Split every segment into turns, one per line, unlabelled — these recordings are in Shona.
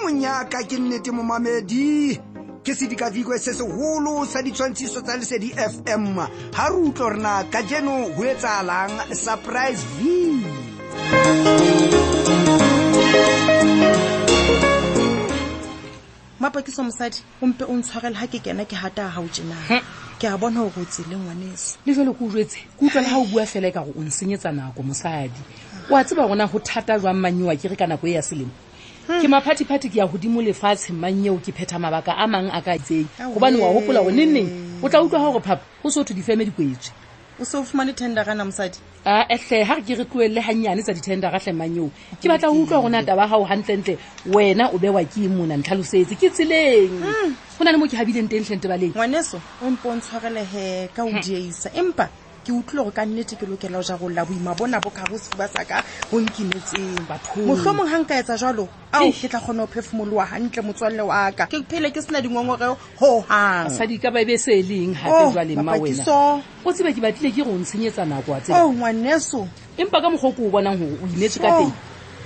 sena ke nnete momamedi ke sedikadikwe se segolo sa ditshwantshiso tsa lesedi fm ha re utlwa hore na ka jeno ho etsahalang surprise v
mapakiso mosadi o mpe o ntshwarele ha ke kena ke hata ha o tjena
He.
ke a bona hore o tseleng ngwaneso
le jalo ke utlwetse ke utlwela ga o bua fela e ka gore o nsenyetsa nako mosadi o a tseba gona go thata jwang mannye wa kere ka nako e ya selemo ke maphathi-phathi ke ya godimo lefatshe mannyeo ke phetha mabaka a mangwe a ka tseng
Aowe.
gobane wa gopola go nenneng o tla utlwa gore phapa go se otho difeme dikwetswe
o se o fumane tenderana mosadi
aetlhe ga re ke re tloelele gannyane tsa dithendera tlhe mannyeo ke batla go utlwa gona taba gago gantlentle wena o bewa ke mona ntlhalosetse ke tseleng go na le mo ke gabileng teng tlhente baleng
ngwaneso o mpe o ntshwarele he ka o dieisa empa ke utlwile gore ka nnete ke lokela go jarolla boima bona bo kare sefuba sa ka go nkinetseng
Bathong.
mohlomong ga nka etsa jalo ao
Eish.
ke tla kgona go phefumoloa gantle motswalle wa ka ke phele ke sena dingongoreo hohang
basadi ka ba be se e leng
Oh,
gape jwaleng ma wena
Mapakiso.
o tsebe ke batlile ke go ntshenyetsa nako a tseba
o Oh, ngwaneso
empa ka mokgwa o ko o bonang gore o imetswe ka
Oh.
teng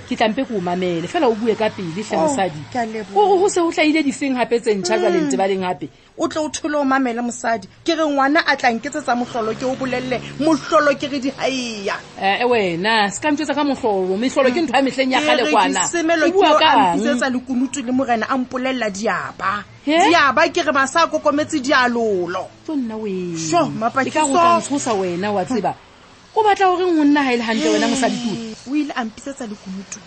ke tlampe ko o mamele fela o bue ka pele hle
Oh,
mosadi
ke a leboha. Mm.
gore go se go tlaile difeng gape tse ntšha jaleng tebaleng gape
o tle o thole o mamele mosadi ke re ngwana a tla nketsetsa mohlolo ke o bolelele mohlolo ke re dihaeya
e wena se ka ntsetsa ka motlholo metlholo
Mm.
ke ntho ya metlheng ya gale kwana
semelo
O
ke o
bua ka
a
eng?
mpisetsa lekunutu le morena a mpolelela diaba
He?
diaba ke re masa a kokometse dialolo
tso nna wee.
Sho, Mapakiso.
E ka go tla ntshosa wena wa tseba o batla goreng go nna ga e le gantle wena mosadi tulo
o ile a mpisetsa lekunutu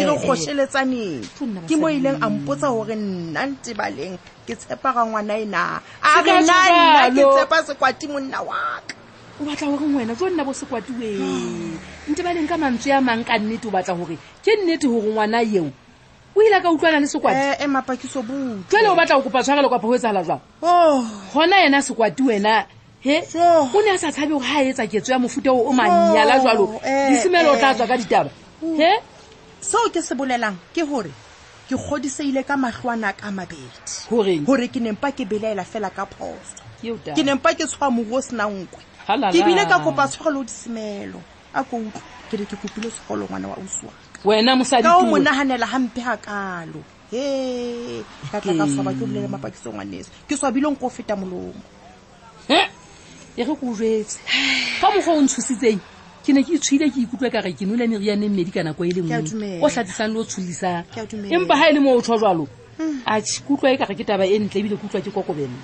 Mm. ke
eh.
le kgosheletsaneng
Tjonna,
ke mo
basadi.
ileng a mpotsa gore nna ntebaleng ke tshepa ga ngwana e na a
Se ka
re na nna ke
jwalo.
tshepa sekwati monna wa ka
o batla goreng wena tso nna bo sekwatiweng
Ah.
nte baleng ka mantswe a mang ka nnete o batla gore ke nnete gore ngwana eo o ile a ka utlwana le sekwati
Eh, eh mapakiso butu
jale o batla go kopa tshwarelo kwa phao e tsagala jwang
oh
gona ena sekwati wena he
Sho.
o ne a sa tshabe gore ga a etsa ketso ya mofutao o mannyala jwalo
eh,
disemelo o tla
eh. Mm.
tswa ka ditaba he
seo ke se bolelang ke gore ke kgodiseile ka mahlwana ka mabedi
goreng
gore ke nempa ke belaela fela ka phoso
Ke eo taba.
ke nempa ke tshwa moru o senang nkwe
Halala.
ke bile ka kopa tshwarelo disemelo a ko utlwe ke re ke kopile tshwarelo ngwana wa ausi wa ka.
wena mosadi
ka o mo
tulo.
naganela gampe ga kalo he ka tla ka swaba ke bolele mapakiso ngwaneso ke swabileng ko feta molomo
He! e re ko jetse ka mokgwa o ntshositseng ke ne ke itshwile ke ikutlwa kare ke nole meriane mmedi ka nako e le
Ke a
nngwe
dumela.
o tlhatisang le o tsholisang
Ke a dumela. Hmm.
empa ga e le mo o tshwa jalo atšhe ke utlwa e kare ke taba e ntle ebile ke utlwa ke kokobello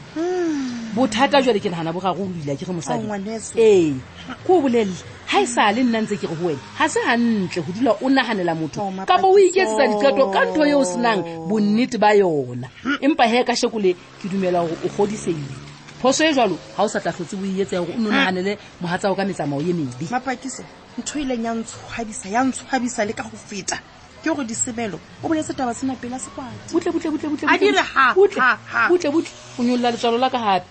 bothata jale ke nagana bogare o ile ke re mosadi
Ao, Hmm. Oh, ngwaneso.
ee ko o bolelele ga e sa le nna ntse ke re go wena ga se gantle go dula o naganela motho
Ao, Mapakiso.
kapa o iketsetsa diqeto ka ntho e o senang bonnete ba yona empa he ka shekole ke dumela gore o godiseile phoso e jalo ga o sa tlatlhotse o etse ya gore o ne o naganele mogatsago ka metsamao e mebe
mapakiso ntho e ileng ya ntshwabisa ya ntshwabisa le ka go feta ke gore disemelo o boletse taba sena pele a sekwati
butlebutlebutle
A di re ha, ha, ha.
o nyolola letswalo la ka gape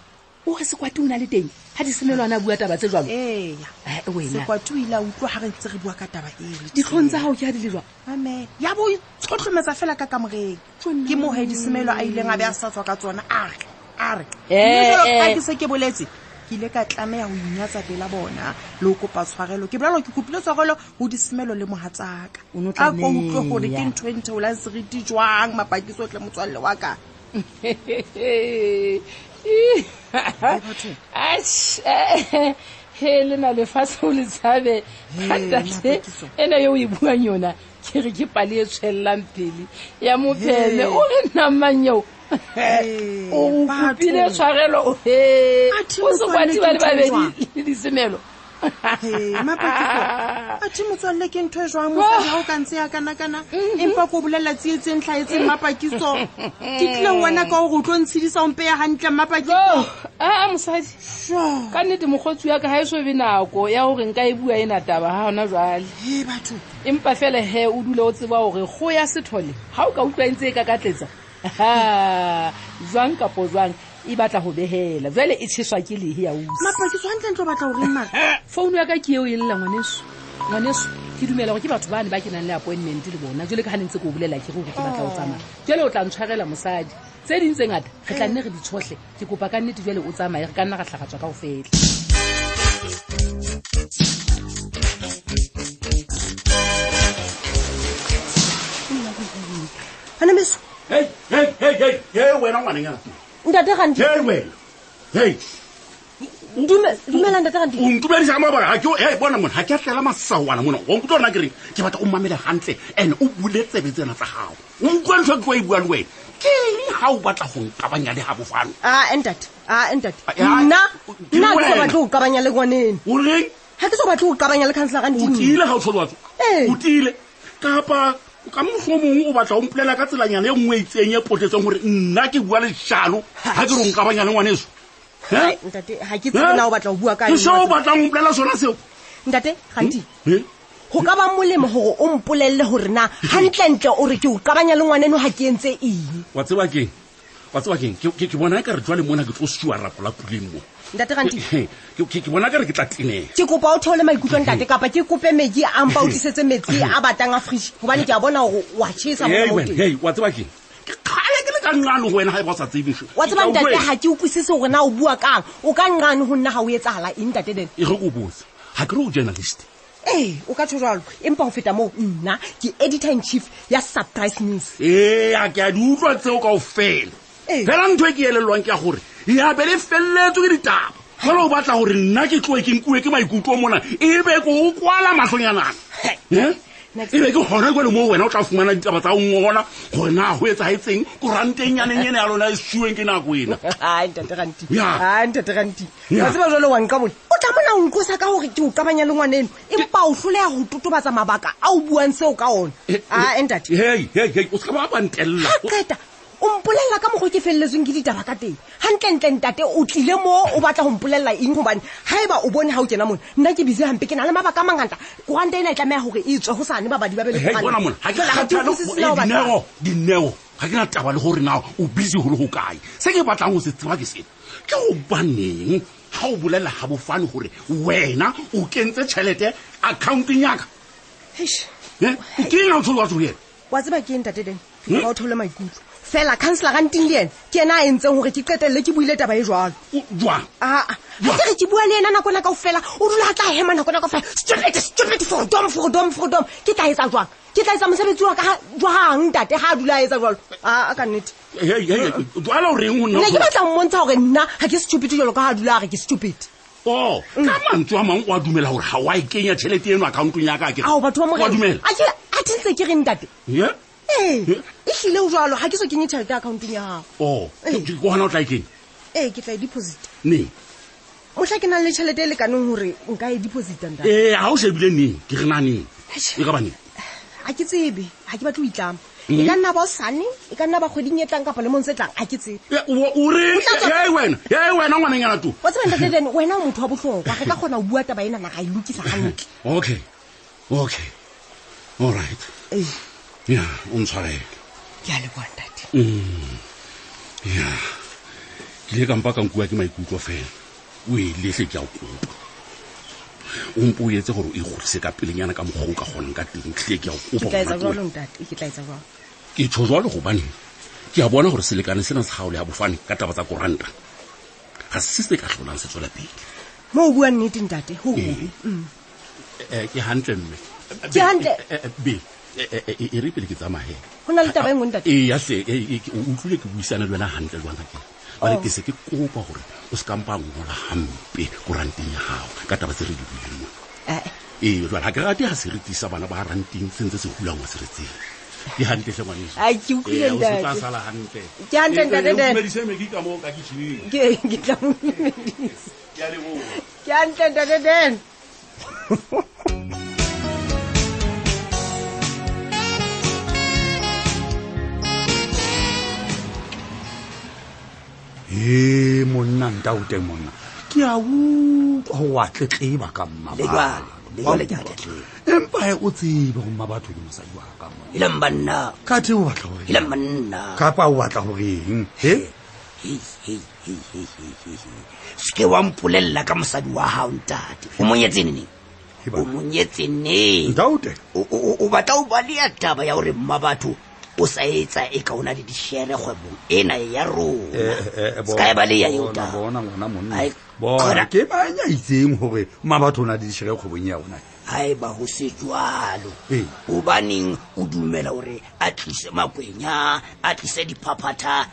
o re sekwati o na le teng ga di semelwana a bua taba tse jalo
ee
Eh, wena
sekwati o ile a utlwa ga re ntse re bua ka taba ele
ditlhong tsa gago ke ga di le jwang
ame ya bo itshotlhometsa fela ka kamoreng
Tjonna.
ke moge disemelo a ileng a be a sa tswa ka tsona a re a re
Eh,
mme jwalo ka
eh.
ke se ke boletse ke ile ka tlameya go inyatsa pela bona le o kopa tshwarelo ke bolalo ke kopile tshwarelo go disemelo le mogatsaka
O no
a ko utlwe
tlameya.
gore ke ntho e ntheolang seriti jwang mapakiso o tle motswalle wa ka
he lena lefatshe o le tshabe ka Ah, tate
Mapakiso.
ena yo o e buang yona ke re ke pale e tshwelelang pele ya mophele o re namanyeo Eh, o
Eh, batho.
kopile tshwarelo he
Athe
o sekwati ba
motswalle
le
ke ntho e
babedi le disemelo
Hei, mapakiso a the motswalle ke ntho e jwang mosadi ga o ka ntse yakanakana empa ko bolelela tsietseng tlhaetseng mapakiso ke tlile wena ka gore o tlo ntshedisa ompe ya gantle mapakiso
aa mosadi
Sho,
ka nnete mokgotsi ya ka ga e sobe nako ya gore nka e bua ena taba ga gona jwale
he batho
empa fele he o dule o tseba gore go ya sethole ga o ka utlwa e ntse e ka katletsa ha, jwang kapo jwang e batla go begela jale e tsheswa ke lehe ya usi
mapakiso gantle ntlo batla goreng mara
founu ya ka ke eo e lela ngwaneso ngwaneso ke dumela gore ke batho bane ba ke nang le appointment le bona jale ka ga ne ntse ke o bolela ke re gore ke batla go tsamaya jale o tla ntshwarela mosadi tse ding tse ngata re tla nne re ditshotlhe ke kopa ka nnete jale o tsamaye re ka nna ra tlhagatswa ka go fela
bana beso
Hei.
ye wena ngwananyana
ntate ganti
ye wena hei
dumelang ntate ganti
o ntumedisa ka mabaka ga ke e bona mone ga ke a tlela masaoana mona o nkutlwa rona kereng ke batla o mamele gantle and o bule tsebe tsena tsa gago o utlwa ntho ke wa e bua le wena ke eng ga o batla go nkabanya le gabofano
a entate a entate
Ah, ah,
nna
ke
nna ha ke so
wena.
batle go kabanya le ngwaneno
o reng
ga ke so batle go kabanya le councela
o
ganti
tile ga o tsholwatso
Mm. Ee.
o tile kapa ka motlho mongwe o batla o mpolela ka tselanyana e nngwe e itseng e potletseng gore nna ke bua lejalo ga ke re o nkabanya le ngwaneso He?
ntate ga ke tsena o batla go bua ka
ke
eng
seo o
wa tseba.
batlang go mpolela sona seo
ntate ganti
Eh?
go ka ba molemo gore o mpolelele gore na gantlentle o re ke o kabanya le ngwaneno ga ke entse eng
wa tseba keng wa tseba keng Ke- ke ke bona ka re jwale mona ke tlo siwa rapola puleng mo
ntate ganti
Ke- ke ke bona ka re ke tla tenega
ke kopa o theole maikutlo ntate kapa ke kope metsi a mpa o tlisetse metsi a batang a fridge gobane ke a bona gore wa chesa mo
Hei, wena,
moteng
hei, wa tseba keng ke kgale ke le ka nqane go wena ga e ba o sa tsebiso
wa tseba ntate ga ke utlwisise gore na o bua kang o ka nqane go nna ga o etsagala eng ntate den
e re ko botse ga ke re o journalist
ee o ka tsho jalo empa go feta moo nna ke editor in chief ya surprise news
ee a E, ke a di utlwa tseo kao fela
Ee.
fela ntho e ke elelwang ke ya gore ya be le feleletswe ke ditaba fela o batla gore nna ke tloe ke nkuwe ke maikutlo mona e be ko o kwala matlhonyanana
Hai.
Eh?
Next.
e be ke gona kwele mo wena o tla fumana ditaba tsa ngona gore na go etsa ga etseng koranteng yaneng ene ya lona e siweng ke nako ena
ai ntate ranti
Ya.
ai ntate ranti wa
Ya.
tseba jalo wa nka bone o tlamona o ntlosa ka gore ke o kabanya le ngwaneno empa o tlholeya go totobatsa mabaka a o buang seo ka ona
E,
ai ntate
hei hei hei o seka ba bantelela
ga qeta o mpolelela ka mokgwa o ke feleletsweng ke ditaba ka teng gantlentle ntate o tlile mo o batla go mpolelela eng gobane ga e ba o bone ga o kena mone nna ke bise gampe ke na le mabaka a mangata koranta ena e tlameya gore e tswe go sane babadi ba
Hei, bona mona ga ke kgathale- Eh, dineo dineo ga ke na taba le gore na o busy go le go kae se ke batlang go se tseba ke sena ke go baneng ga o bolelela ga bofane gore wena o kentse tšhelete accounteng yaka Eh, o ke ena o tsholo wa tso ena
wa tseba ke eng tate den
Hm?
ka o theole maikutlo fela councela ranting le ena ke ena a entseng gore ke qetelele ke buile taba e jalo
O- jwang
aa ga ke re ke bua le ena nako na kao fela o dula a tla hema nako na kao fela stupid stupid fordom fordom fordom ke tla etsa jwang ke tla etsa mosebetsi wa ka jwang tate ga a dula a etsa jalo aa ka nnete
Hei, hei, hei, jwale o reng ho nna
Mm.
o
ne ke
tsholo-
batla mmontsha gore nna ga ke stupid jalo ka ga a dula a re ke stupid
Oh,
Mm.
ka mantswe a mangwe o a dumela gore ga oa e kenya tšhelete eno accountong yaka a ke
ao batho ba
Wa dumela Hm?
moa tentse ke reng tate
Yeah?
ee ehlile o jalo ga ke so kenye tšhelete accountong ya gago
oh
Eh.
ke- ke gona o tla e kenya
ee ke tla e deposit
neng
motlha ke nang le tšhelete e lekaneng gore nka e deposita ntate
ee ga o shebile neng ke re naneng e ka baneng
ga ke tsebe ga ke batle o itlama e ka nna ba osane e ka nna ba kgweding e tlang kapa lemong se tlang ga ke tsebe
Eh, o- o reng?
O tla tswa-
Hei, wena Hei, wena ngwaneng yana tu
wa tsebang tate den wena o motho wa botlhokwa re ka kgona go bua taba enana ga e lokisa gantle
okay okay all right
ee
ya o ntshwarele
ke a lebone tate
ya ke ile kampa ka nkuwa ke maikutlo fela o e lehle ke a o kopa o mpo o etse gore o e gorise ka pelenyana ka mokgwa o ka kgonang ka teng tlile ke a o kopa
ke tla etsa
ngwanaka wena.
jalo ntate ke tla etsa jalo
ke tsho jwalo gobane ke a bona gore selekane sena se gaole ya bofane ka taba tsa koranta ga se se ka tlholang se tswela pele
mo o bua nneteng tate
Eh.
go gobe
ke hantle mme Eh,
Ke hantle.
be e re pele ke Eh, tsamaye
go na le taba e ngwe ntate
ee yatle o utlwile ke buisana le wena hantle le wena ke bale
Oh.
ke se ke kopa gore o se kampa ngola hampe koranteng ya gago ka taba tse re di buileng
Eh,
ee jale ga ke rate ga seretisa bana ba ranteng se ntse se hulangwa seretseng ke hantle hle ngwaneso
Ai, ke utlwile
Eh, o se tla
ntate.
sala hantle
Ke hantle,
Eh,
ntate,
eh, o
ntate.
dumedise me ke ka moo ka kitchen-eng.
ke ke tla mo dumedisa
Ke a leboha.
ke antle ntate den
e monna ntaote monna ke a utlwa go wa tletleba ka
Lejwale, lejwale ke a tletleba.
mmaempae o tsebe go mma batho le mosadi wa ka monna
elang banna
ka te o batla gore
elang banna
kapa o batla goreng e
Hei, hei, hei, hei, hei, hei, hei. se ke wa mpolelela ka mosadi wa gago ntate o monyetse neng
He
o
bana.
monyetse neng
ntaote
O- o o batla o balea taba ya gore mma batho o sa etsa e ka o na le dišhere kgwebong ena ya
Eh,
rona ska e balea eo
bona
taba
bona ngwana monna
Ai,
bona
khona.
ke banya itseng gore mma batho o na le dišhege kgwebong ya ona
ha eba ho se jwalo
Ee.
hobaneng o dumela hore a tlise makwenya a tlise diphaphatha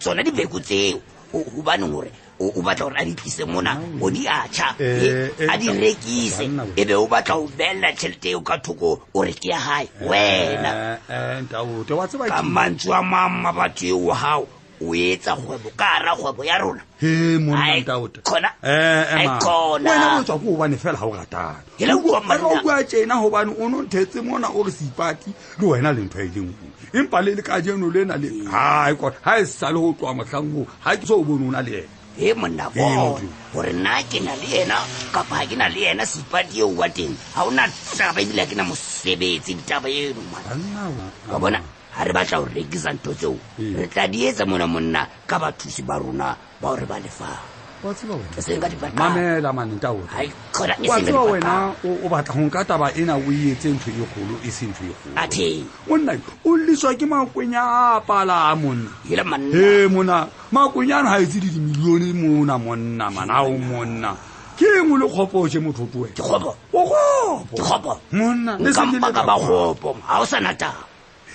tsona dibeko tseo Ho- hobaneng hore o o batla hore a di tlise mona o di atjha
Eh,
e- a di
eh,
rekise
banna bo-
ebe o batla ho bella tjhelete eo ka thoko o re ke ya hae wena
eh, ntaote wa tseba
ka
Eh. ke-
mantswe a mang mabatho eo wa hao o etsa kgwebo ka hara kgwebo ya rona
he monna
Ai,
ntaote
khona.
Eh,
Ai,
ema.
khona.
Wena o tswa ko hobane fela ga o ratana
Ke la utlwa,
Wena o
monna.
bua tjena hobane o no nthetse mona o re seipati le wena le ntho e leng nngwe. empa le le kajeno lena le hai kona ha e sale ho tloa motlhang oo ga ke so o bone o na le ena
he monna
Ee,
bona
Modimo.
gore na ke na le ena kapa ha ke na le ena sepati eo wa teng ga ona taba ebile ha ke na mosebetsi ditaba eno ngwana.
banna
wa bona ga re batla go rekisa ntho tseo re tla di etsa mona monna ka bathusi ba rona ba gore ba lefang
wa tseba wena
ke seng ka dipatala
mamela mane ntaote
Ai, khona, ke
wa
seng ka
tseba
dipatala
wena o o batla go nka taba ena o e etse ntho e kgolo e se ntho e kgolo
athe
monna o leswa ke makwenya a pala monna
ele monna
he mona makwonyane ga etse di dimilione mona monna manao monna ke engwe le kgopoje motho to wena
dikgopo
o kgopo
dikgopo
monna le se ke
nkampa
le
ka
ka kwa.
bakgopo ga o sana taba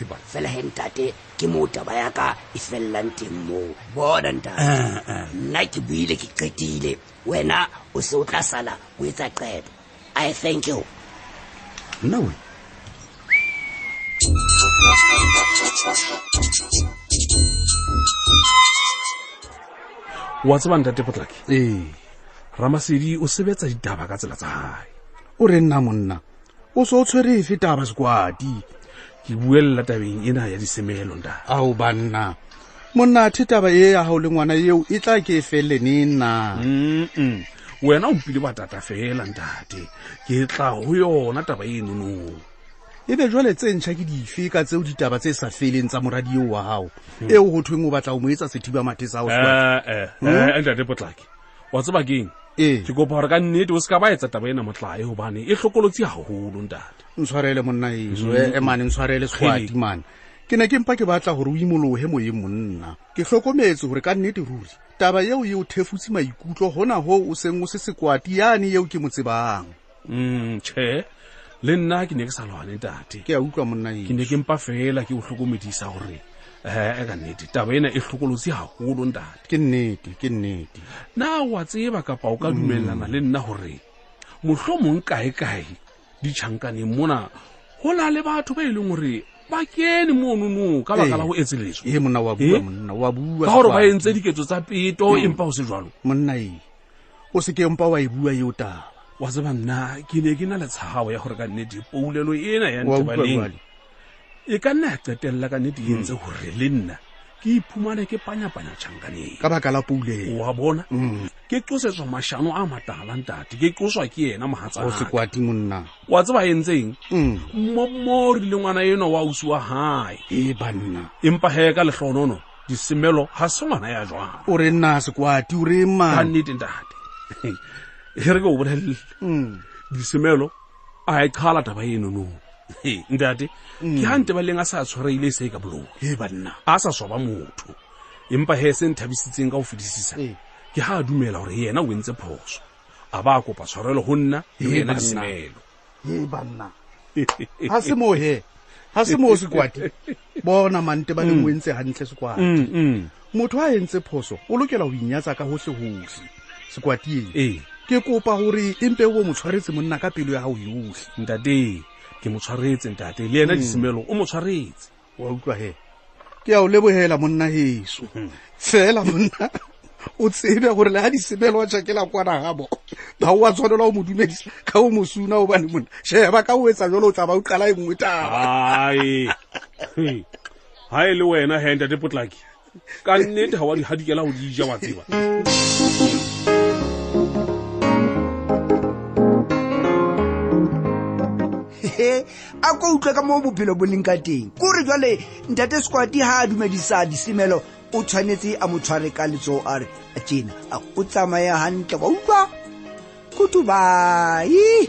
He ba-
fela he ntate ke moo taba ya ka e fellang teng moo bona ntate nna ke buile ke qetile wena o se o tla sala o etsa qepo i thank you
nna wena
wa tseba ntate potlaki
ee
ramasedi o sebetsa ditaba ka tsela tsa gae
o re nna monna o se o tshwere efe taba sekwadi
ke buelela tabeng ena ya disemelo ntate
ao banna monna the taba e ya gao le ngwana eo e tla ke e felene na
mm wena o mpile batata fela ntate ke tla ho yona taba e nonong
e be jwale tse ntšha ke dife ka tseo ditaba tse sa feleng tsa moradio wa gago
Hmm.
eo go thweng o batla o mo etsa sethiba mathe sa
Eh.
ao Hmm?
ntate potlaki wa tseba keng
ee
ke kopa gore ka nnete o se ka ba etsa taba ena motlae gobane e tlhokolotse gagolo ntate Hmm.
ntshwarele monna eso emane ntshwarele sekwadi
Kgele.
mane ke ne ke mpa ke batla gore o imologe moyeng monna ke tlhokometse gore ka nnete ruri taba eo e o thefutse maikutlo gona go o seng o se sekwati yane eo ke mo tsebang
mm tšhe le nna ke ne ke sa lwane ntate
ke a utlwa monna
ke ne ke mpa fela ke o tlhokomedisa gore um ka nnete taba ena e tlhokolotse gagolo ntate
ke nnete ke nnete
na wa tseba kapa o ka dumellana le nna hore mohlomong kae-kae ditjhankaneng mona ho na le batho ba e leng hore ba kene monono ka baka
Ee.
la ho etseletswa
e monna wa bua
Eh?
monna wa bua
ka hore ba
Sefane.
entse diketso tsa peto empa ho se jwalo
monna e o seke mpa wa e bua eo taba
wa tseba nna ke ne ke na le tshabo ya gore ka nnete poulelo ena ya
Wa utlwa
ntebaleng
jwale? Hmm.
e ka nna ya qetella ka nnete e entse hore le nna ke iphumane ke panyapanya tjhankaneng
ka baka la Hmm. puuleo
wa bona ke qosetswa mashano a matalang tate ke qoswa ke ena
o
mohatsanaka
sekwati monna
wa tseba e ntseng
Mm.
mmomori le ngwana enwa wa ausi wa hae
e banna
empa he ka lehlonono disemelo ha se ngwana ya jwang
o re nna sekwati o re
ka
mane
nnete ntate e re ke o bolelele
Hmm.
disemelo a e qhala taba enono He, ntate ke ha nte baleng a sa tshwareile e se e ka boloi
e Hmm. banna
a sa swaba motho empa he se nthabisitseng ka ho fedisisa
Ee.
ke ha a dumela hore yena o entse phoso a ba a kopa tshwarelo ho nna le ho
Hee,
yena
banna.
disemelo
e banna ha se moo he ha se moo sekwati bona mante ba leng o entse hantle sekwati
Mm, mm.
motho a entse phoso o lokela ho inyatsa ka hohle-hohle sekwati e
ee
ke kopa hore e mpe o mo tshwaretse monna ka pelo ya hao yohle
ntate ke mo tshwaretse ntate le
Hmm.
yena disemelo o mo tshwaretse
wa utlwa he ke a o lebohela monna heso fela monna o tsebe gore le ha disebelo wa tšhakela kwana gabo ga o a tshwanela go mo dumedisa ka o mo suna obane monna sheba ka o etsa jalo o tla ba o qala e nngwe taba
ai Hei. ha e le wena he ntate potlaki ka nnete ga wa di hadikela go dija wa tseba
he a ko utlwe ka moo bophelo bo leng ka teng kore jwale ntate sekwati ha a dumedisa disemelo o tshwanetse a mo tshware ka letso a re a tjena a o tsamaye hantle wa utlwa kutubai